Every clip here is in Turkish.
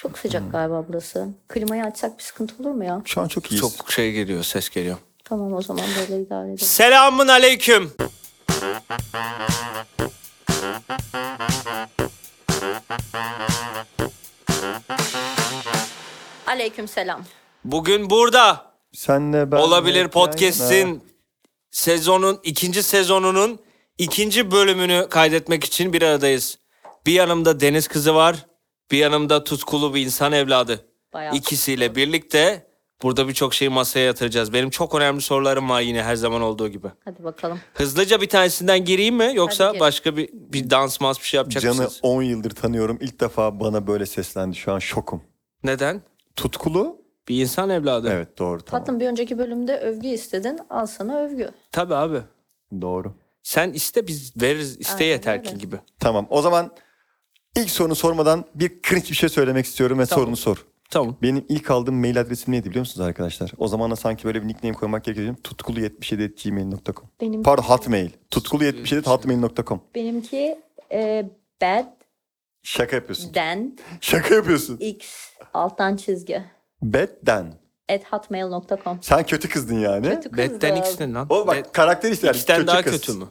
Çok sıcak Hmm. galiba burası. Klimayı açsak bir sıkıntı olur mu ya? Şu an çok iyiyiz. Çok şey geliyor, ses geliyor. Tamam o zaman böyle idare edelim. Selamun aleyküm. Aleyküm selam. Bugün burada Senle ben olabilir Mehmet Yayna. podcast'in sezonun ikinci sezonunun ikinci bölümünü kaydetmek için bir aradayız. Bir yanımda deniz kızı var, bir yanımda tutkulu bir insan evladı. Bayağı. İkisiyle birlikte burada birçok şeyi masaya yatıracağız. Benim çok önemli sorularım var yine her zaman olduğu gibi. Hadi bakalım. Hızlıca bir tanesinden gireyim mi yoksa Hadi gir. başka bir bir dans mas bir şey yapacak Can'ı mısınız? 10 yıldır tanıyorum. İlk defa bana böyle seslendi. Şu an şokum. Neden? Tutkulu. Bir insan evladı. Evet doğru tamam. Tatlım bir önceki bölümde övgü istedin. Al sana övgü. Tabii abi. Doğru. Sen iste biz veririz. İste Aynen yeter ki öyle. gibi. Tamam o zaman ilk sorunu sormadan bir cringe bir şey söylemek istiyorum ve Tamam. sorunu sor. Tamam. Benim ilk aldığım mail adresim neydi biliyor musunuz arkadaşlar? O zaman da sanki böyle bir nickname koymak gerekiyor. Tutkulu77@gmail.com. Benim Pardon hotmail. Tutkulu77@hotmail.com. benimki e, bedden Şaka yapıyorsun. Şaka yapıyorsun. x alttan çizgi Bedden. at hotmail.com. Sen kötü kızdın yani. Kötü kızdı. Betten X'ten lan. O bak Bet- karakter işte yani. X'ten kötü daha kız. kötü mü?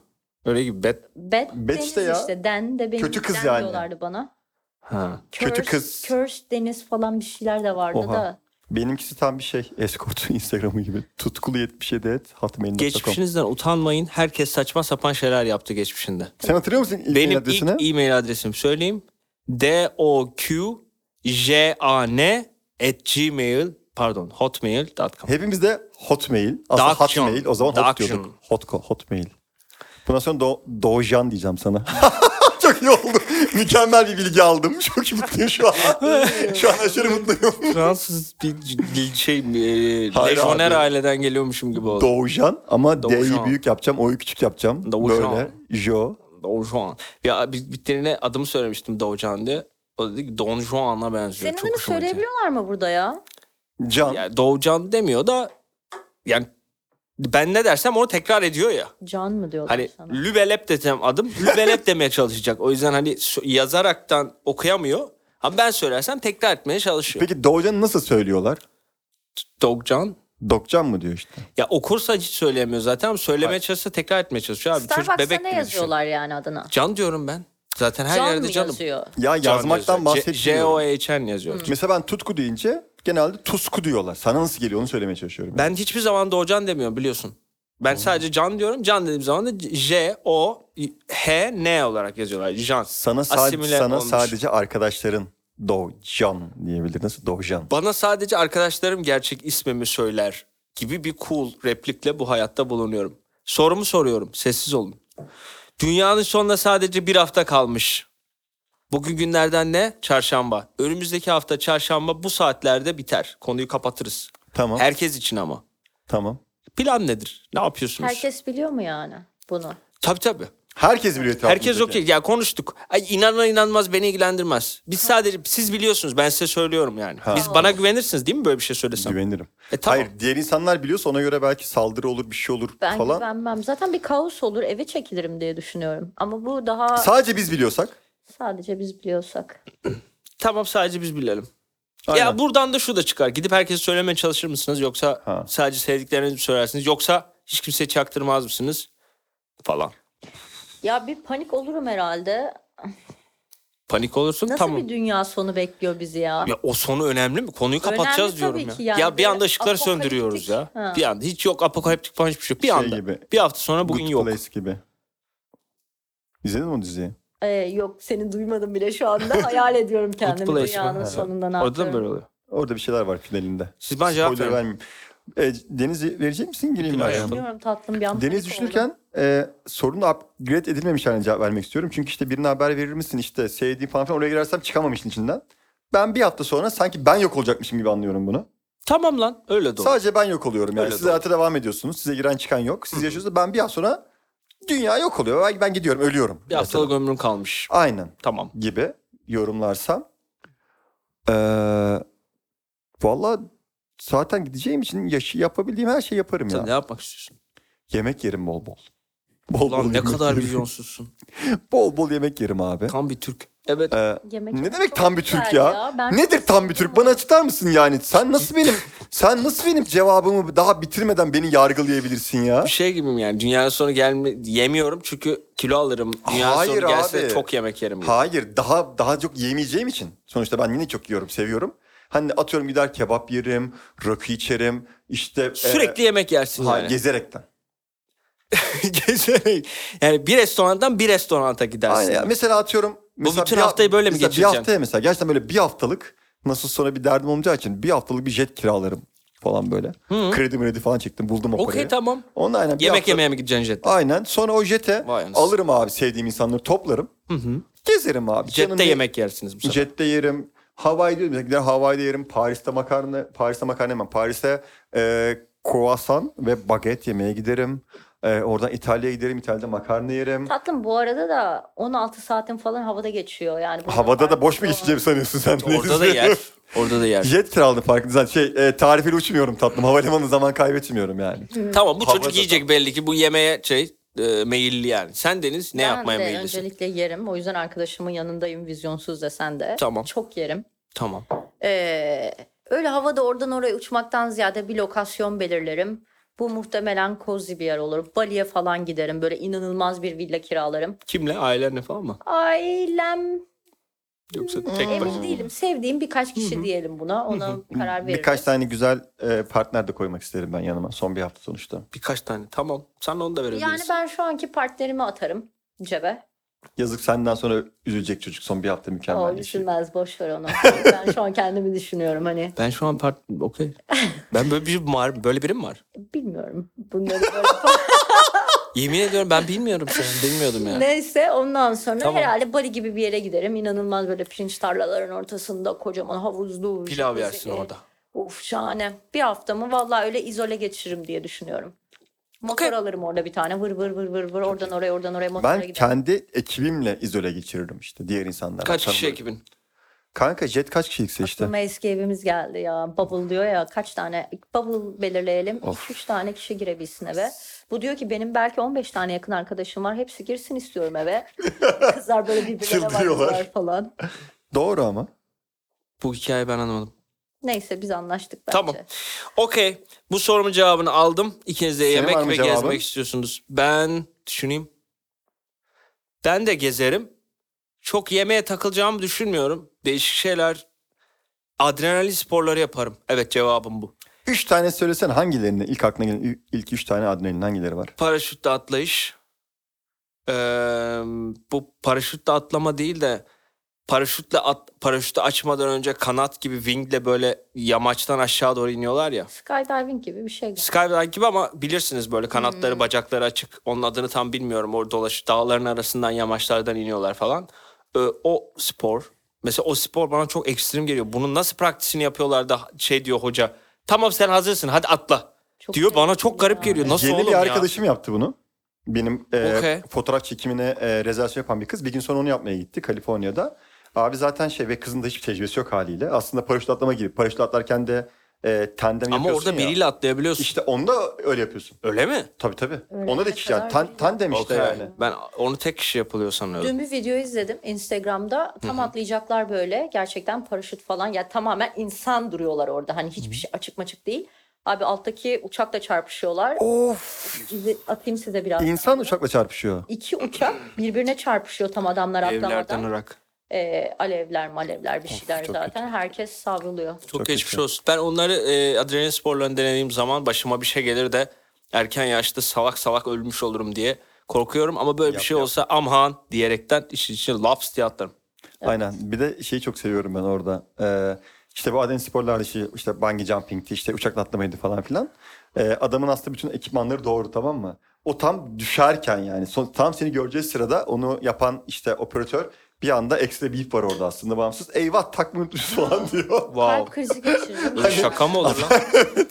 Öyle gibi bet. Bet, Bet deniz işte işte ya. Den de benim Kötü kız den yani. diyorlardı bana. Ha. Kötü Curse- kız. Curse deniz falan bir şeyler de vardı Oha. da. Benimkisi tam bir şey. Escort Instagram'ı gibi. Tutkulu 77 et hotmail.com. Geçmişinizden utanmayın. Herkes saçma sapan şeyler yaptı geçmişinde. Sen hatırlıyor musun ilk mail Benim adresini? ilk e-mail adresim söyleyeyim. D O Q J A N at gmail pardon hotmail.com. Hepimiz de hotmail. Aslında Darktion. hotmail. O zaman hot Darktion. diyorduk. Hot, hotmail. Bundan sonra Do, Dojan diyeceğim sana. Çok iyi oldu. Mükemmel bir bilgi aldım. Çok mutluyum şu an. şu an aşırı mutluyum. Fransız bir c- bir şey e, Hayır lejyoner abi. aileden geliyormuşum gibi oldu. Dojan ama D'yi Dojan. büyük yapacağım. O'yu küçük yapacağım. Dojan. Böyle. Jo. Don Juan. Ya biz bitlerine adımı söylemiştim Dojan diye. O dedi ki Don Juan'a benziyor. Senin Çok adını hoşuma gitti. söyleyebiliyorlar mı burada ya? Can. Yani Doğucan demiyor da yani ben ne dersem onu tekrar ediyor ya. Can mı diyorlar Hani sana? Lübelep desem adım Lübelep demeye çalışacak. O yüzden hani so- yazaraktan okuyamıyor. Ama ben söylersem tekrar etmeye çalışıyor. Peki Dojan'ı nasıl söylüyorlar? Doğucan Dokcan mı diyor işte. ya okursa hiç söyleyemiyor zaten ama söylemeye çalışsa tekrar etmeye çalışıyor abi. Çocuk Starbucks'ta bebek ne gibi düşün. yazıyorlar yani adına? Can diyorum ben. Zaten her Can yerde mı canım. yazıyor? Ya Can yazmaktan yazıyor. J- bahsetmiyorum. J-O-H-N yazıyor. Mesela ben tutku deyince genelde tusku diyorlar. Sana nasıl geliyor onu söylemeye çalışıyorum. Ben hiçbir zaman Doğucan demiyorum biliyorsun. Ben sadece Can diyorum. Can dediğim zaman da J O H N olarak yazıyorlar. Can. sana sadece Asimile sana olmuş. sadece arkadaşların Dojan diyebilir. Nasıl Dojan? Bana sadece arkadaşlarım gerçek ismimi söyler gibi bir cool replikle bu hayatta bulunuyorum. Sorumu soruyorum. Sessiz olun. Dünyanın sonuna sadece bir hafta kalmış. Bugün günlerden ne? Çarşamba. Önümüzdeki hafta çarşamba bu saatlerde biter. Konuyu kapatırız. Tamam. Herkes için ama. Tamam. Plan nedir? Ne yapıyorsunuz? Herkes biliyor mu yani bunu? Tabii tabii. Herkes biliyor etrafındaki. Herkes okey. Ya konuştuk. Ay, inanır inanmaz beni ilgilendirmez. Biz sadece siz biliyorsunuz. Ben size söylüyorum yani. Biz bana güvenirsiniz değil mi böyle bir şey söylesem? Güvenirim. E, tamam. Hayır diğer insanlar biliyorsa ona göre belki saldırı olur bir şey olur Ben falan. güvenmem. Zaten bir kaos olur eve çekilirim diye düşünüyorum. Ama bu daha Sadece biz biliyorsak. sadece biz biliyorsak. Tamam sadece biz bilelim. Aynen. Ya buradan da şu da çıkar. Gidip herkese söylemeye çalışır mısınız yoksa Ha. sadece sevdiklerinizi mi söylersiniz yoksa hiç kimseye çaktırmaz mısınız falan. Ya bir panik olurum herhalde. Panik olursun Nasıl tamam. bir dünya sonu bekliyor bizi ya? Ya o sonu önemli mi? Konuyu Önemli kapatacağız tabii diyorum ya. ki yani. Ya bir anda Böyle ışıkları söndürüyoruz ya. apokaliptik. Ha. Bir anda hiç yok apokaliptik falan hiçbir şey yok. Bir Şey anda. gibi. Bir hafta sonra bugün Good yok. Place gibi. İzledin mi o diziyi? Ee, yok seni duymadım bile şu anda. Hayal ediyorum kendimi Place dünyanın mi? sonunda ne Orada da yapıyorum. böyle oluyor. Orada bir şeyler var finalinde. Siz bana cevap Spoiler verin. vermeyeyim. E, Deniz verecek misin? Gireyim mi? Bilmiyorum. araya? Bilmiyorum tatlım bir an panik Deniz oldum. düşünürken e, sorunu upgrade edilmemiş haline cevap vermek istiyorum. Çünkü işte birine haber verir misin işte sevdiğim falan filan oraya girersem çıkamam işin içinden. Ben bir hafta sonra sanki ben yok olacakmışım gibi anlıyorum bunu. Tamam lan öyle doğru. Sadece ben yok oluyorum yani. Öyle Siz doğru. hayata devam ediyorsunuz. Size giren çıkan yok. Siz yaşıyorsunuz. Ben bir hafta sonra dünya yok oluyor. Ben, ben gidiyorum ölüyorum. bir mesela. haftalık ömrüm kalmış. Aynen Tamam. gibi yorumlarsam. Ee, Valla zaten gideceğim için yaşı yapabildiğim her şeyi yaparım Sen ya. ne yapmak istiyorsun? Yemek yerim bol bol. Bol Ulan ne yemek kadar yerim. vizyonsuzsun. Bol bol yemek yerim abi. Tam bir Türk. Evet. Ee, Yemek ne yemek demek çok tam bir güzel Türk ya? Ben Nedir çok tam bir Türk? Bana seviyorum. açıklar mısın yani? Sen nasıl benim sen nasıl benim cevabımı daha bitirmeden beni yargılayabilirsin ya? Bir şey gibiyim yani. Dünyanın sonu gelme yemiyorum çünkü kilo alırım. Dünyanın Hayır sonu gelse abi. çok yemek yerim. Hayır, daha daha çok yemeyeceğim için. Sonuçta ben yine çok yiyorum, seviyorum. Hani atıyorum gider kebap yerim, rakı içerim, işte Sürekli yemek yersin e, ha, yani. gezerekten. Gezerek. yani bir restorandan bir restoranta gidersin. Aynen. ya. Mesela atıyorum mesela bütün bir ha- haftayı böyle mi mesela geçireceksin? Bir haftaya mesela gerçekten böyle bir haftalık nasıl sonra bir derdim olmayacağı için bir haftalık bir jet kiralarım falan böyle. Hı. Kredi mredi falan çektim, buldum o parayı. Okey tamam. Onun aynen bir Yemek hafta- yemeye mi gideceksin jet? Aynen. Sonra o jete Vay anasını. alırım abi sevdiğim insanları toplarım. Hı hı. Gezerim abi. Jette Canım ne- yemek yersiniz bu sefer. Jette yerim. Hawaii'de yerim. Mesela gider Hawaii'de yerim. Paris'te makarna, Paris'te makarna yemem. Paris'e e, croissant ve baget yemeye giderim. E, oradan İtalya'ya giderim. İtalya'da makarna yerim. Tatlım bu arada da 16 saatin falan havada geçiyor yani. Bunun Havada da boş mu farkında geçeceğim sanıyorsun sen? Orada da yer. Orada da yer. Jet kiraladım farkındaysan. Şey, e, tarifeli uçmuyorum tatlım. Havalimanı zaman kaybetmiyorum yani. Tamam bu Havada çocuk da- yiyecek belli ki bu yemeğe şey e, meyilli yani. Sen Deniz ne Ben yapmaya de meyillisin? öncelikle yerim. O yüzden arkadaşımın yanındayım vizyonsuz desen de. Tamam. Çok yerim. Tamam. Ee, öyle havada oradan oraya uçmaktan ziyade bir lokasyon belirlerim. Bu muhtemelen cozy bir yer olur. Bali'ye falan giderim. Böyle inanılmaz bir villa kiralarım. Kimle? Ailenle falan mı? Ailem Yoksa tek Hmm, emin başına? değilim. Sevdiğim birkaç kişi diyelim buna. Ona karar veririm. Birkaç tane güzel e, partner de koymak isterim ben yanıma. Son bir hafta sonuçta. Birkaç tane. Tamam. Sen de onu da verebilirsin. Yani ben şu anki partnerimi atarım cebe. Yazık senden sonra üzülecek çocuk. Son bir hafta mükemmel O geçecek. düşünmez boş ver onu. ben şu an kendimi düşünüyorum hani. Ben şu an part... Okey. Ben böyle bir var. Böyle birim var. Bilmiyorum. Bunları böyle Yemin ediyorum ben bilmiyorum seni. Bilmiyordum yani. Neyse ondan sonra Tamam. herhalde Bali gibi bir yere giderim. İnanılmaz böyle pirinç tarlaların ortasında kocaman havuzlu. Pilav jacuzzi. yersin orada. Uf şahane. Bir haftamı vallahi öyle izole geçiririm diye düşünüyorum. Motor Okey. alırım orada bir tane. Vır vır vır vır vır oradan oraya oradan oraya motora Ben giderim. kendi ekibimle izole geçirirdim işte diğer insanlar. Kaç kişi ekibin? Kanka jet kaç kişilik seçti? Aklıma eski evimiz geldi ya. Bubble diyor ya kaç tane bubble belirleyelim. 2-3 tane kişi girebilsin eve. Bu diyor ki benim belki 15 tane yakın arkadaşım var. Hepsi girsin istiyorum eve. Kızlar böyle birbirlerine Çıldırıyorlar. bakıyorlar falan. Doğru ama. Bu hikayeyi ben anlamadım. Neyse biz anlaştık bence. Tamam. Okey. Bu sorumun cevabını aldım. İkiniz de yemek var mı ve cevabın? gezmek istiyorsunuz. Ben düşüneyim. Ben de gezerim. Çok yemeğe takılacağımı düşünmüyorum. Değişik şeyler. Adrenalin sporları yaparım. Evet cevabım bu. Üç tane söylesen hangilerini ilk aklına gelen il- ilk üç tane adrenalin hangileri var? Paraşütle atlayış. Ee, bu paraşütle atlama değil de paraşütle at, paraşütü açmadan önce kanat gibi wingle böyle yamaçtan aşağı doğru iniyorlar ya. Skydiving gibi bir şey. Skydive gibi ama bilirsiniz böyle kanatları Hmm. bacakları açık. Onun adını tam bilmiyorum. Orada dolaş dağların arasından yamaçlardan iniyorlar falan. Ee, o spor. Mesela o spor bana çok ekstrem geliyor. Bunun nasıl praktisini yapıyorlar da şey diyor hoca. Tamam sen hazırsın hadi atla. Çok diyor bana tehlikeli çok garip ya. geliyor. Nasıl Yeni oğlum bir ya? arkadaşım yaptı bunu. Benim e, Okey. fotoğraf çekimine e, rezervasyon yapan bir kız. Bir gün sonra onu yapmaya gitti Kaliforniya'da. Abi zaten şey ve kızın da hiçbir tecrübesi yok haliyle. Aslında paraşüt atlama gibi. Paraşüt atlarken de e, tandem Ama yapıyorsun orada ya. biriyle atlayabiliyorsun. İşte onda öyle yapıyorsun. Öyle mi? Tabii tabii. Öyle Onda da ne iki yani. kadar Tan, güzel. tandem işte Okey. yani. Ben onu tek kişi yapılıyor sanıyorum. Dün bir video izledim Instagram'da. Tam atlayacaklar böyle. Gerçekten paraşüt falan. Ya tamamen insan duruyorlar orada. Hani hiçbir şey açık maçık değil. Abi alttaki uçakla çarpışıyorlar. Of! Size- Atayım size biraz. İnsan uçakla çarpışıyor. İki uçak birbirine çarpışıyor tam adamlar Evlerden atlamadan. Irak. Ee, alevler malevler bir şeyler çok zaten. Herkes savruluyor. Çok, Çok geçmiş kötü. olsun. Ben onları e, adrenalin sporlarını denediğim zaman başıma bir şey gelir de erken yaşta salak salak ölmüş olurum diye korkuyorum. Ama böyle Yap, bir şey yap. olsa amhan diyerekten işin içine laps diye atlarım. Aynen. Bir de şeyi çok seviyorum ben orada. Ee, işte bu adrenalin sporlarda şey, işte bungee jumping'ti, işte uçakla atlamaydı falan filan. Ee, adamın aslında bütün ekipmanları doğru tamam mı? O tam düşerken yani son, tam seni göreceği sırada onu yapan işte operatör bir anda ekstra bir ip var orada aslında bağımsız. Eyvah takma unutmuşuz falan diyor. Kalp Wow. krizi geçirdim. Böyle şaka mı olur lan?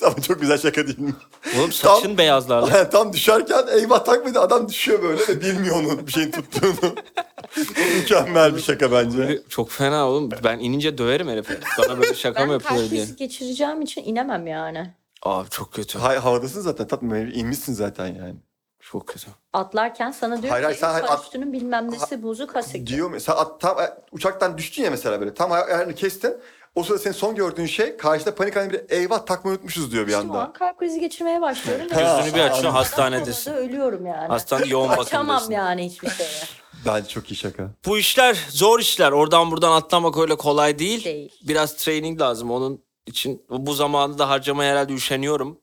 Ama çok güzel şaka değil mi? Oğlum saçın beyazlarla. Aynen, tam düşerken eyvah takmadı adam düşüyor böyle ve bilmiyor onun bir şeyin tuttuğunu. Mükemmel bir şaka bence. Çok fena oğlum. Ben inince döverim herifi. Bana böyle şaka mı ben kalp yapılır diye. krizi geçireceğim için inemem yani. Aa çok kötü. Hay, havadasın zaten tatlı inmişsin zaten yani. Çok kötü. Atlarken sana diyor Hayır, hayır, ki sen hayır, at- üstünün bilmem nesi bozuk hasik. Diyor mesela at- tam e, uçaktan düştün ya mesela böyle tam ayarını kestin. O sırada senin son gördüğün şey karşıda panik halinde biri eyvah takma unutmuşuz diyor bir Şu an anda. kalp krizi geçirmeye başlıyorum. ve Ha, Gözünü bir açıyorsun anladım. hastanedesin. Komada ölüyorum yani. Hastane yoğun Açamam bakımdasın. yani hiçbir şeye. Bence çok iyi şaka. Bu işler zor işler. Oradan buradan atlamak öyle kolay değil. Değil. Biraz training lazım onun için. Bu zamanı da harcamaya herhalde üşeniyorum.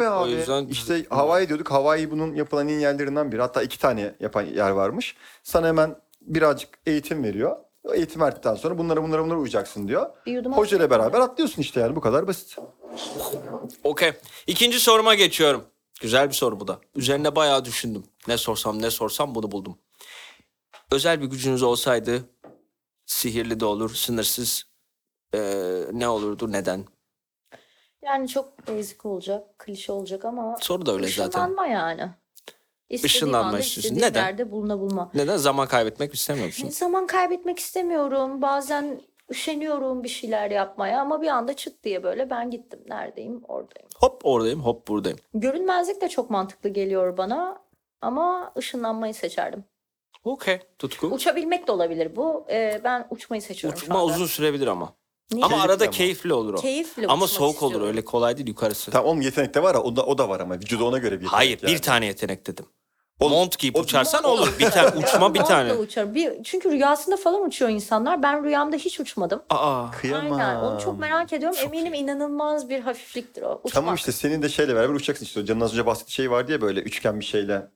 Yok be abi. O yüzden İşte Hawaii diyorduk. Hawaii bunun yapılan en iyi yerlerinden biri. Hatta iki tane yapan yer varmış. Sana hemen birazcık eğitim veriyor. O eğitim verdikten sonra bunlara bunlara bunlara uyacaksın diyor. Bir yudum Hoca ile beraber atlıyorsun işte yani bu kadar basit. Okey. İkinci soruma geçiyorum. Güzel bir soru bu da. Üzerine bayağı düşündüm. Ne sorsam ne sorsam bunu buldum. Özel bir gücünüz olsaydı sihirli de olur, sınırsız eee, ne olurdu, neden? Yani çok basic olacak, klişe olacak ama Soru da öyle zaten. ışınlanma yani. İstediğim Işınlanma anda istiyorsun. istediğim Neden? yerde bulunabilme. Neden zaman kaybetmek istemiyorsun? Zaman kaybetmek istemiyorum. Bazen üşeniyorum bir şeyler yapmaya ama bir anda çıt diye böyle ben gittim. Neredeyim? Oradayım. Hop oradayım, hop buradayım. Görünmezlik de çok mantıklı geliyor bana ama ışınlanmayı seçerdim. Okey. Tutku. Uçabilmek de olabilir bu. Ee, ben uçmayı seçiyorum. şu Uçma anda. uzun sürebilir ama. Niye? Ama Keyifli arada ama. keyifli olur o. Keyifli ama uçmak soğuk olur istiyorum. öyle kolay değil yukarısı. Tamam oğlum yetenek de var ha, o da, o da var ama vücuda ona göre bir yetenek Hayır, yani. bir tane yetenek dedim. Oğlum, Mont giyip o- uçarsan olur. Bir tane uçma bir Montla tane. uçarım. Bir, çünkü rüyasında falan uçuyor insanlar. Ben rüyamda hiç uçmadım. Aa. Kıyamam. Aynen. Onu çok merak ediyorum. Eminim inanılmaz bir hafifliktir o. Uçmak. Tamam işte senin de şeyle beraber uçacaksın işte. Canın az önce bahsettiği şey vardı ya böyle üçgen bir şeyle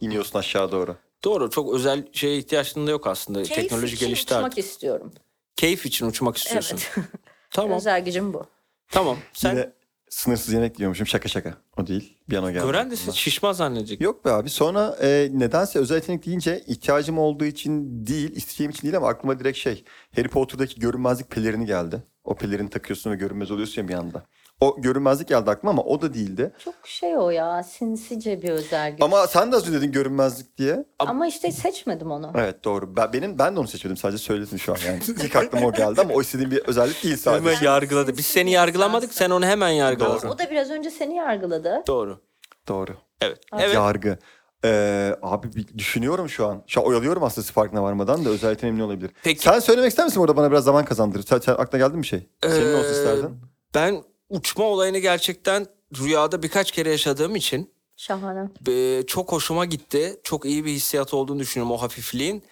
iniyorsun aşağı doğru. Doğru çok özel şeye ihtiyacın da yok aslında. Keyif Teknoloji için gelişti şey uçmak artık. istiyorum. Keyif için uçmak istiyorsun. Evet. Tamam Özel gücüm bu. tamam. Sen Yine sınırsız yemek diyormuşum şaka şaka. O değil. Bir an o geldi. gören de siz şişman zannedecek. Yok be abi sonra e, nedense özel yetenek deyince ihtiyacım olduğu için değil, isteyeceğim için değil ama aklıma direkt şey Harry Potter'daki görünmezlik pelerini geldi. O pelerini takıyorsun ve görünmez oluyorsun ya bir anda. O görünmezlik geldi aklıma ama o da değildi. Çok şey o ya. Sinsice bir özel güç. Ama, Ama sen de az önce dedin görünmezlik diye. işte seçmedim onu. Evet doğru. Ben, benim ben de onu seçmedim sadece söyledim şu an yani. İlk aklıma o geldi ama o istediğim bir özellik değil sadece. Hemen yargıladı. Biz seni yargılamadık sen onu hemen yargıladın. O da biraz önce seni yargıladı. Doğru. Doğru. Evet. Evet. Yargı. Ee, abi bir düşünüyorum şu an. Şu an oyalıyorum aslında siz farkına varmadan da özel yeteneğim ne olabilir? Peki. Sen söylemek ister misin orada bana biraz zaman kazandırır? Sen, sen aklına geldi mi bir şey? Senin olsun Ee, isterdin. Ben uçma olayını gerçekten rüyada birkaç kere yaşadığım için Şahane. e, çok hoşuma gitti. Çok iyi bir hissiyat olduğunu düşünüyorum o hafifliğin.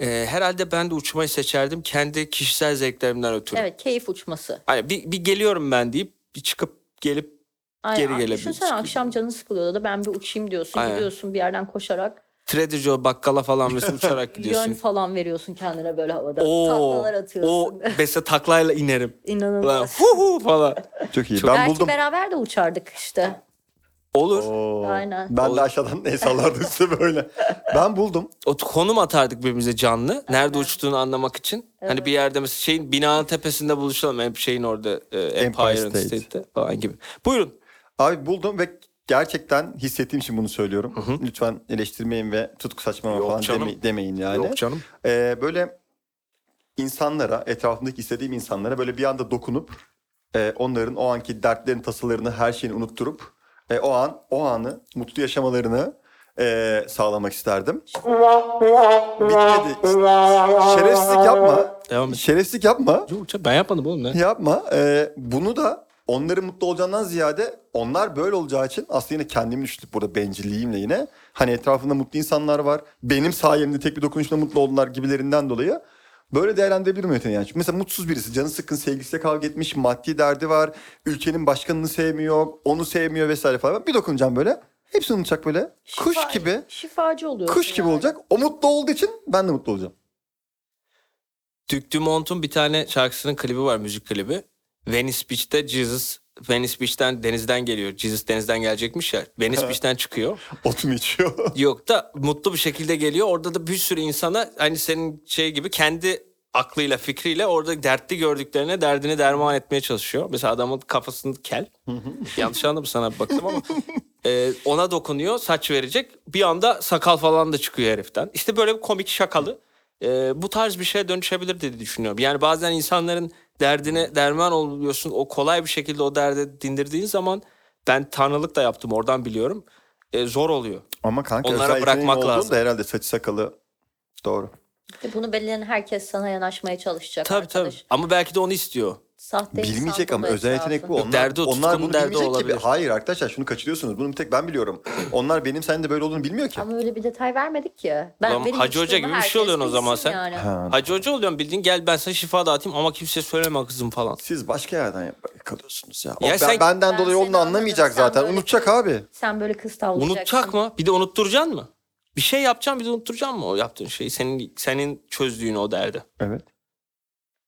E, herhalde ben de uçmayı seçerdim kendi kişisel zevklerimden ötürü. Evet keyif uçması. Hani bir, bir geliyorum ben deyip bir çıkıp gelip Geri Aynen. gelebiliriz. Düşünsene akşam canın sıkılıyordu da ben bir uçayım diyorsun. Aynen. Gidiyorsun bir yerden koşarak. Trader Joe bakkala falan mesela uçarak Yön gidiyorsun. falan veriyorsun kendine böyle havada. Oo, Taklalar o atıyorsun. mesela taklayla inerim. Lan, İnanılmaz. hu hu falan. Çok iyi. ben Belki buldum. beraber de uçardık işte. Olur. Oo. Aynen. Ben Olur. de aşağıdan el sallardım size böyle. Ben buldum. O konum atardık birbirimize canlı. Nerede uçtuğunu anlamak için. Hani bir yerde mesela şeyin binanın tepesinde buluşalım. Hep şeyin orada e, Empire, State. State'te falan gibi. Buyurun. Abi buldum ve gerçekten hissettiğim için bunu söylüyorum. Lütfen eleştirmeyin ve tutku saçmalama Yok falan canım. deme- demeyin yani. Yok canım. Ee, böyle insanlara, etrafımdaki istediğim insanlara böyle bir anda dokunup e, onların o anki dertlerini, tasalarını, her şeyini unutturup e, o an, o anı mutlu yaşamalarını e, sağlamak isterdim. Bitmedi. Şerefsizlik yapma. Devam et. Şerefsizlik yapma. Yok canım ben yapmadım oğlum ne? Yapma. Ee, bunu da onların mutlu olacağından ziyade onlar böyle olacağı için aslında yine kendimi düşündük burada bencilliğimle yine. Hani etrafında mutlu insanlar var. Benim sayemde tek bir dokunuşla mutlu oldular gibilerinden dolayı. Böyle değerlendirebilirim yeteneği. Yani. Çünkü Mesela mutsuz birisi canı sıkkın sevgilisiyle kavga etmiş maddi derdi var. Ülkenin başkanını sevmiyor onu sevmiyor vesaire falan. Bir dokunacağım böyle. Hepsini unutacak böyle. Kuş Şifa- gibi. Şifacı oluyorsun. Kuş gibi yani. olacak. O mutlu olduğu için ben de mutlu olacağım. Duke Dumont'un bir tane şarkısının klibi var müzik klibi. Venice Beach'te Jesus Venice Beach'ten denizden geliyor. Jesus denizden gelecekmiş ya. Venice Beach'ten çıkıyor. Otum içiyor. Yok da mutlu bir şekilde geliyor. Orada da bir sürü insana hani senin şey gibi kendi aklıyla fikriyle orada dertli gördüklerine derdini derman etmeye çalışıyor. Mesela adamın kafasını kel. Yanlış anladım sana bir baktım ama. Ee, ona dokunuyor saç verecek. Bir anda sakal falan da çıkıyor heriften. İşte böyle bir komik şakalı. Ee, bu tarz bir şeye dönüşebilir diye düşünüyorum. Yani bazen insanların derdine derman oluyorsun. O kolay bir şekilde o derde dindirdiğin zaman ben tanrılık da yaptım oradan biliyorum. e, zor oluyor. Ama kanka Onlara özel yeteneğin bırakmak olduğunda lazım. herhalde saçı sakalı doğru. Bunu belirleyen herkes sana yanaşmaya çalışacak Tabii tabii. arkadaş. Ama belki de onu istiyor. Sahte insan Bilmeyecek ama dolu özel yetenek etrafı. bu. Yok, Onlar, derdi o, onlar tutkunun bunu derdi bilmeyecek ki. olabilir. Hayır arkadaşlar şunu kaçırıyorsunuz. Bunu bir tek ben biliyorum. Onlar benim senin de böyle olduğunu bilmiyor ki. Ama öyle bir detay vermedik ya. Ben, Ulan benim Hacı Hoca uçtuğumu gibi bir şey oluyorsun o herkes zaman bilsin sen. yani. Ha. Hacı hoca oluyorum bildiğin gel ben sana şifa dağıtayım ama kimseye söyleme kızım falan. Siz başka yerden kalıyorsunuz ya. Ya O ben, sen- benden Ben dolayı seni onu da anlamayacak anladım. Sen zaten. böyle- Unutacak abi. Sen böyle kız tavlayacaksın. Unutacak mı? Bir de unutturacaksın mı? Bir şey yapacaksın bir de unutturacaksın mı o yaptığın şeyi? Senin senin çözdüğün o derdi. Evet.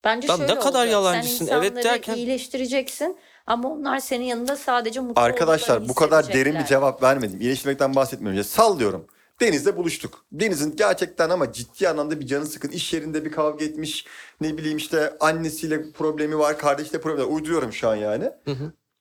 Bence Lan ne şöyle kadar olacak. yalancısın, Sen evet insanları derken- iyileştireceksin ama onlar senin yanında sadece mutlu Arkadaşlar olduklarını bu kadar derin bir hissedecekler. cevap vermedim. İyileştirmekten bahsetmiyorum. Ya Sallıyorum. Deniz'de buluştuk. Deniz'in gerçekten ama ciddi anlamda bir canı sıkın. İş yerinde bir kavga etmiş. Ne bileyim işte annesiyle problemi var, kardeşiyle problemi var. Uyduruyorum şu an yani. hı.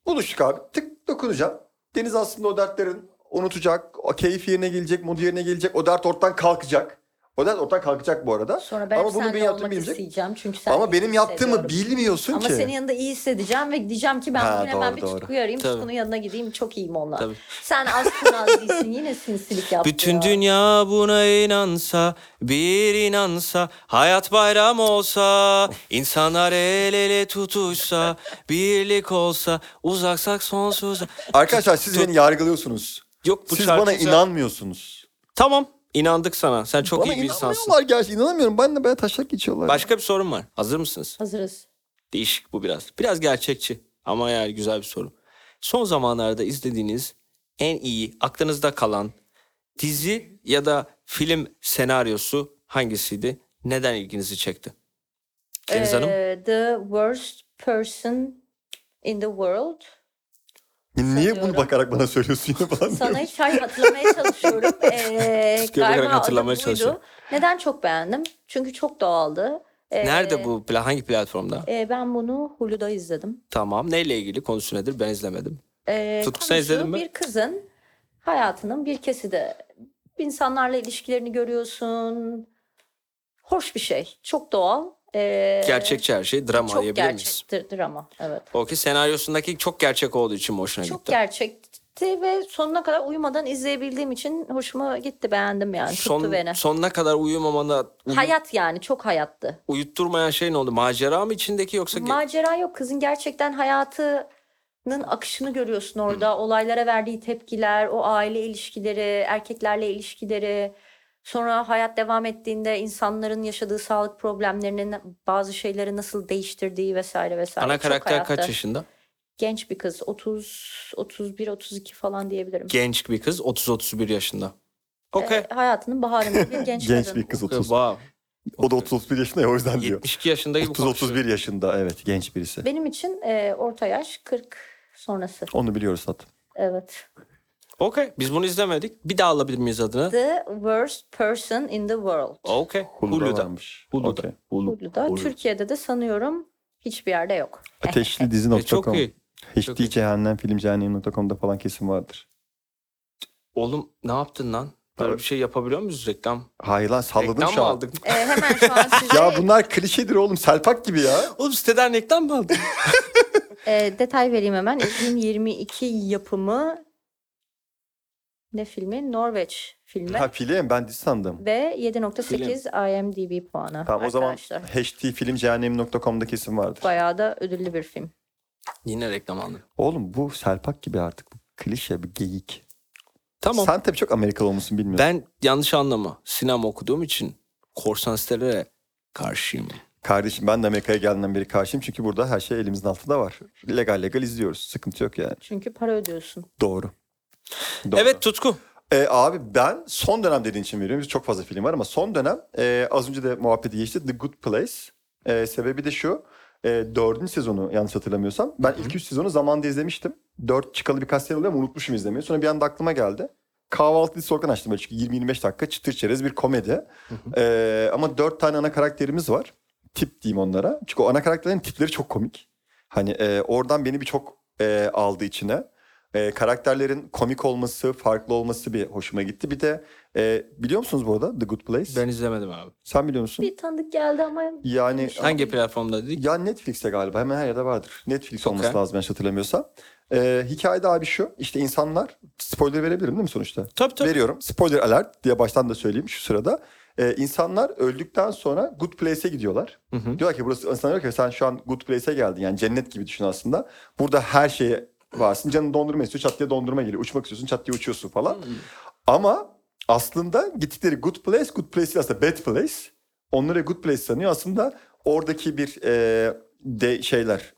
Buluştuk abi. Tık dokunacağım. Deniz aslında o dertlerin unutacak. O keyfi yerine gelecek, modu yerine gelecek. O dert ortadan kalkacak. O dert ortadan kalkacak bu arada. Sonra ben Ama hep bunu seninle benim yaptığımı olmak bilmeyecek. isteyeceğim çünkü sen Ama iyi benim yaptığımı hissediyorum. bilmiyorsun Ama ki. senin yanında iyi hissedeceğim ve diyeceğim ki ben Ha, bugün hemen doğru, bir doğru. tutkuyu arayayım. Tabii. Tutkunun yanına gideyim çok iyiyim ondan. Tabii. Sen az kurnaz değilsin yine sinsilik yaptın. Bütün ya. dünya buna inansa, bir inansa, hayat bayram olsa, insanlar el ele tutuşsa, birlik olsa, uzaksak sonsuza. Arkadaşlar siz beni yargılıyorsunuz. Yok bu siz şarkı bana güzel. inanmıyorsunuz. Tamam, inandık sana. Sen çok bana iyi bir insansın. inanmıyorlar gerçi. İnanamıyorum. Ben de böyle taşak geçiyorlar. Başka bir sorun var. Hazır mısınız? Hazırız. Değişik bu biraz. Biraz gerçekçi ama yani güzel bir soru. Son zamanlarda izlediğiniz en iyi, aklınızda kalan dizi ya da film senaryosu hangisiydi? Neden ilginizi çekti? Deniz Hanım. Ee, The worst person in the world. Niye bunu sanıyorum. bakarak bana söylüyorsun yine falan Sana diyorum. hiç hayır hatırlamaya çalışıyorum. Ee, Kız göbek galiba olarak hatırlamaya hatırlamaya çalışıyorum. çalışıyorum. Neden çok beğendim? Çünkü çok doğaldı. Ee, Nerede bu? pla- Hangi platformda? e, ben bunu Hulu'da izledim. Tamam. Neyle ilgili? Konusu nedir? Ben izlemedim. Ee, Tutku, sen konusu izledin mi? Bir kızın hayatının bir kesidi. İnsanlarla ilişkilerini görüyorsun. Hoş bir şey. Çok doğal. Ee, Gerçekçi her şey. Drama Çok diyebilir miyiz? gerçektir drama. Evet. Okey. Senaryosundaki çok gerçek olduğu için mi hoşuna Çok gitti? gerçekti ve sonuna kadar uyumadan izleyebildiğim için hoşuma gitti. Beğendim yani. Tuttu Son, beni. sonuna kadar uyumamana uyu- Hayat yani çok hayattı. uyutturmayan şey ne oldu? Macera mı içindeki yoksa ge- Macera yok. Kızın gerçekten hayatının akışını görüyorsun orada. Olaylara verdiği tepkiler, o aile ilişkileri, erkeklerle ilişkileri. Sonra hayat devam ettiğinde insanların yaşadığı sağlık problemlerinin bazı şeyleri nasıl değiştirdiği vesaire vesaire. ana Çok karakter hayatta. kaç yaşında? Genç bir kız. 30, 31, 32 falan diyebilirim. Genç bir kız. 30-31 yaşında. Okey. Ee, hayatının baharında bir genç, Genç kadın. bir kız Okey, 30. wow. O da 30-31 yaşında ya o yüzden diyor. 72 yaşında gibi 30-31. 30-31 yaşında evet genç birisi. Benim için e, orta yaş 40 sonrası. Onu biliyoruz zaten. Evet. Okey. Biz bunu izlemedik. Bir daha alabilir miyiz adını? The worst person in the world. Okey. E, Hulu'da Hulu'da. varmış. Hulu'da. Okey. Hulu'da. Türkiye'de de sanıyorum hiçbir yerde yok. Ateşli E, çok dizi.com. iyi. Çok iyi. HD cehennem film cehennem.com'da falan kesin vardır. Oğlum ne yaptın lan? Böyle Evet. bir şey yapabiliyor muyuz reklam? Hayır lan salladım reklam şu mı an. aldık? E, hemen şu an size Ya bunlar klişedir oğlum selpak gibi ya. Oğlum siteden reklam mı aldın? e, detay vereyim hemen. 2022 yapımı ne filmi? Norveç filmi. Ha film ben dizi sandım. Ve 7.8 IMDb puanı. Tamam o zaman arkadaşlar. HD film cehennem.com'da kesin vardır. Bayağı da ödüllü bir film. Yine reklam aldım. Oğlum bu selpak gibi artık. Bu klişe bir geyik. Tamam. Sen tabii çok Amerikalı olmuşsun bilmiyorum. Ben yanlış anlama. Sinema okuduğum için korsan sitelere karşıyım. Kardeşim ben de Amerika'ya geldiğimden beri karşıyım. Çünkü burada her şey elimizin altında var. Legal legal izliyoruz. Sıkıntı yok yani. Çünkü para ödüyorsun. Doğru. Doğru. Evet Tutku. E, abi ben son dönem dediğin için veriyorum. Çok fazla film var ama son dönem e, az önce de muhabbeti geçti. The Good Place. E, sebebi de şu. E, dördüncü sezonu yanlış hatırlamıyorsam. Ben ilk üç sezonu zamanında izlemiştim. Dört çıkalı birkaç sene oluyor ama unutmuşum izlemeyi. Sonra bir anda aklıma geldi. Kahvaltı dizisi olarak açtım. Böyle çünkü 20-25 dakika çıtır çerez bir komedi. E, ama dört tane ana karakterimiz var. Tip diyeyim onlara. Çünkü o ana karakterlerin tipleri çok komik. Hani e, oradan beni bir çok e, aldı içine. E, karakterlerin komik olması, farklı olması bir hoşuma gitti. Bir de e, biliyor musunuz bu arada The Good Place? Ben izlemedim abi. Sen biliyor musun? Bir tanıdık geldi ama Yani Hangi platformda dedik? ya Netflix'te galiba hemen her yerde vardır. Netflix Okey. olması lazım yanlış hatırlamıyorsam. Ee, hikayede abi şu işte insanlar spoiler verebilirim değil mi sonuçta? Tabii tabii. Veriyorum spoiler alert diye baştan da söyleyeyim şu sırada. Ee, insanlar öldükten sonra Good Place'e gidiyorlar. Hı hı. Diyorlar ki burası insanlar diyor ki sen şu an Good Place'e geldin yani cennet gibi düşün aslında. Burada her şeye varsın canın dondurma istiyor çat diye dondurma geliyor. Uçmak istiyorsun çat diye uçuyorsun falan. Ama aslında gittikleri good place, good place değil aslında bad place. Onları good place sanıyor. Aslında oradaki bir e, de, şeyler,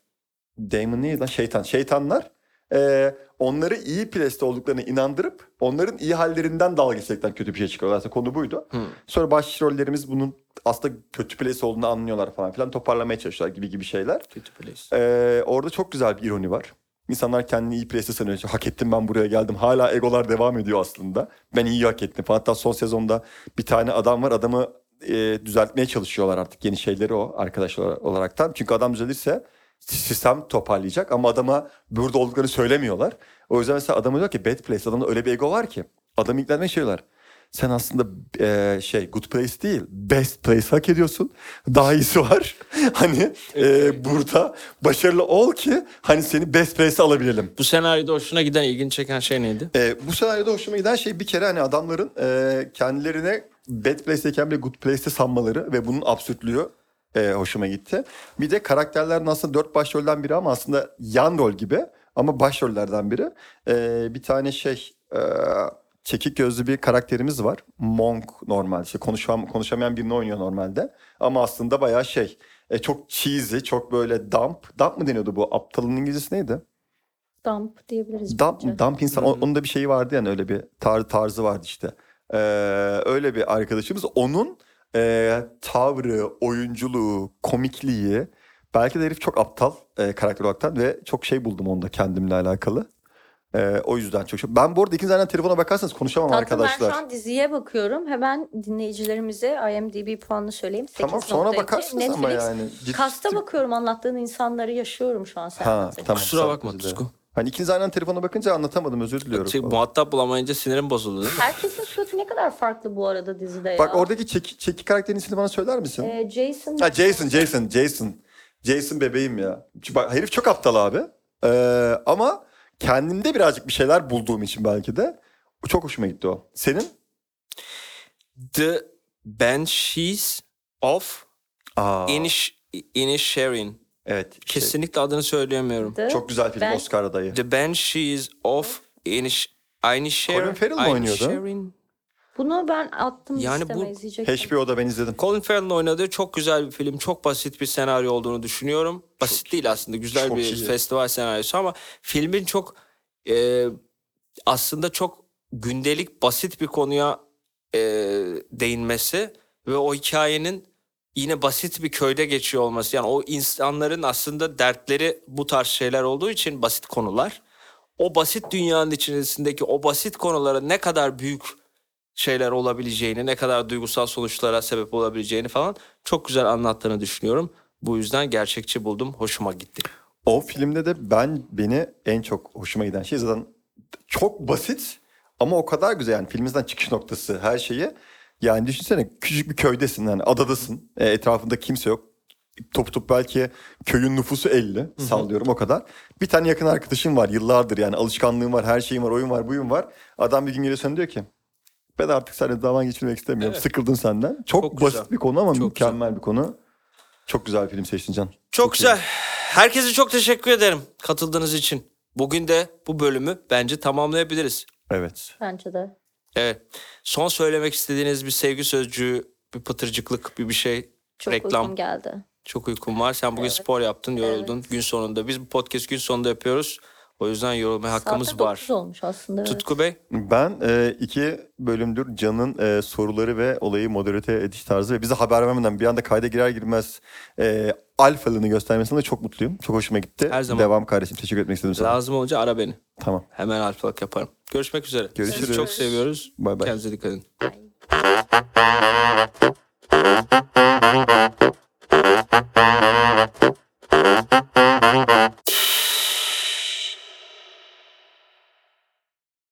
demon neydi lan? Şeytan. Şeytanlar e, onları iyi place'te olduklarına inandırıp onların iyi hallerinden dalga geçecekler kötü bir şey çıkıyorlar. Aslında konu buydu. Hı. Sonra başrollerimiz bunun aslında kötü place olduğunu anlıyorlar falan filan. Toparlamaya çalışıyorlar gibi gibi şeyler. Kötü place. Ee, orada çok güzel bir ironi var. İnsanlar kendini iyi preste sanıyor. İşte, hak ettim ben buraya geldim. Hala egolar devam ediyor aslında. Ben iyi hak ettim. falan. Hatta son sezonda bir tane adam var. Adamı e, düzeltmeye çalışıyorlar artık. Yeni şeyleri o arkadaşlar olaraktan. Çünkü adam düzelirse sistem toparlayacak. Ama adama burada olduklarını söylemiyorlar. O yüzden mesela adama diyor ki bad place. Adamda öyle bir ego var ki. Adam ilgilenmeye şey şeyler. Sen aslında e, şey good place değil best place hak ediyorsun. Daha iyisi var. hani e, burada başarılı ol ki hani seni best place alabilelim. Bu senaryoda hoşuna giden, ilgini çeken şey neydi? E, bu senaryoda hoşuma giden şey bir kere hani adamların e, kendilerine bad place'teyken bile good place'te sanmaları ve bunun absürtlüğü e, hoşuma gitti. Bir de karakterlerin aslında dört başrolden biri ama aslında yan rol gibi ama başrollerden biri. E, bir tane şey e, çekik gözlü bir karakterimiz var. Monk normal işte konuşam, konuşamayan birini oynuyor normalde. Ama aslında bayağı şey e, çok cheesy çok böyle dump. Dump mı deniyordu bu? Aptalın İngilizcesi neydi? dump diyebiliriz. Dump, bence. dump insan. Hı hı. o- Onun da bir şeyi vardı yani öyle bir tar- tarzı vardı işte. Ee, öyle bir arkadaşımız. Onun e, tavrı, oyunculuğu, komikliği. Belki de herif çok aptal e, karakter olaraktan ve çok şey buldum onda kendimle alakalı. Ee, o yüzden çok şey. Ben bu arada ikinizden telefona bakarsanız konuşamam Tatlım, arkadaşlar. Ben şu an diziye bakıyorum. Hemen dinleyicilerimize IMDb puanını söyleyeyim. Tamam sonra 8.2. bakarsınız ama Netflix. yani. Ciddi- Kasta bakıyorum anlattığın insanları yaşıyorum şu an sen. Ha, tamam. Kusura Sağ ol, bakma özür dilerim. Tutku. Hani ikiniz aynen telefona bakınca anlatamadım özür diliyorum. Şey, falan. muhatap bulamayınca sinirim bozuldu değil mi? Herkesin suratı ne kadar farklı bu arada dizide Bak ya. oradaki çeki, çeki karakterin ismini bana söyler misin? Ee, Jason. Ha Jason, Jason, Jason. Jason bebeğim ya. Çünkü Bak herif çok aptal abi. Ee, ama kendimde birazcık bir şeyler bulduğum için belki de çok hoşuma gitti o. Senin? The Banshees of Aa, Inish Inisherin. Evet. şey, Kesinlikle adını söyleyemiyorum. The- çok güzel film Ben- Oscar adayı. The Banshees of Inish Inisherin. Colin Farrell mi oynuyordu? Inisherin. Bunu ben attım Yani listeme bu- izleyecektim. HBO'da ben izledim. Colin Farrell'ın oynadığı çok güzel bir film. Çok basit bir senaryo olduğunu düşünüyorum. Basit değil aslında. Güzel Çok bir iyi. festival senaryosu ama filmin çok e, aslında çok gündelik basit bir konuya e, değinmesi ve o hikayenin yine basit bir köyde geçiyor olması. Yani o insanların aslında dertleri bu tarz şeyler olduğu için basit konular. O basit dünyanın içerisindeki o basit konulara ne kadar büyük şeyler olabileceğini, ne kadar duygusal sonuçlara sebep olabileceğini falan çok güzel anlattığını düşünüyorum. Bu yüzden gerçekçi buldum, hoşuma gitti. O filmde de ben beni en çok hoşuma giden şey zaten çok basit ama o kadar güzel yani filmizden çıkış noktası her şeyi. Yani düşünsene küçük bir köydesin yani adadasın E, etrafında kimse yok. Top top belki köyün nüfusu 50 sallıyorum o kadar. Bir tane yakın arkadaşım var yıllardır yani alışkanlığım var her şeyim var oyun var buyum var. Adam bir gün geliyor sana diyor ki ben artık seninle zaman geçirmek istemiyorum Evet. sıkıldım senden. Çok, Çok basit güzel. bir konu ama Çok mükemmel bir konu. Çok güzel bir film seçtin Can. Çok, Çok iyi. güzel. Herkese çok teşekkür ederim katıldığınız için. Bugün de bu bölümü bence tamamlayabiliriz. Evet. Bence de. Evet. Son söylemek istediğiniz bir sevgi sözcüğü, bir pıtırcıklık, bir bir şey, Çok reklam. uykum geldi. Çok uykum var. Sen bugün spor yaptın, yoruldun. Gün sonunda. Biz bu podcast gün sonunda yapıyoruz. O yüzden yorulma hakkımız Saatte var. 9 olmuş aslında. evet. Tutku Bey, Ben e, iki bölümdür Can'ın e, soruları ve olayı moderate ediş tarzı ve bize haber vermeden bir anda kayda girer girmez e, alfalığını göstermesine de çok mutluyum. Çok hoşuma gitti. Her zaman. Devam kardeşim. Teşekkür etmek istedim sana. lazım olunca ara beni. Tamam. Hemen alfalık yaparım. Görüşmek üzere. Görüşürüz. Sizi çok seviyoruz. Bay bay. Kendinize dikkat edin.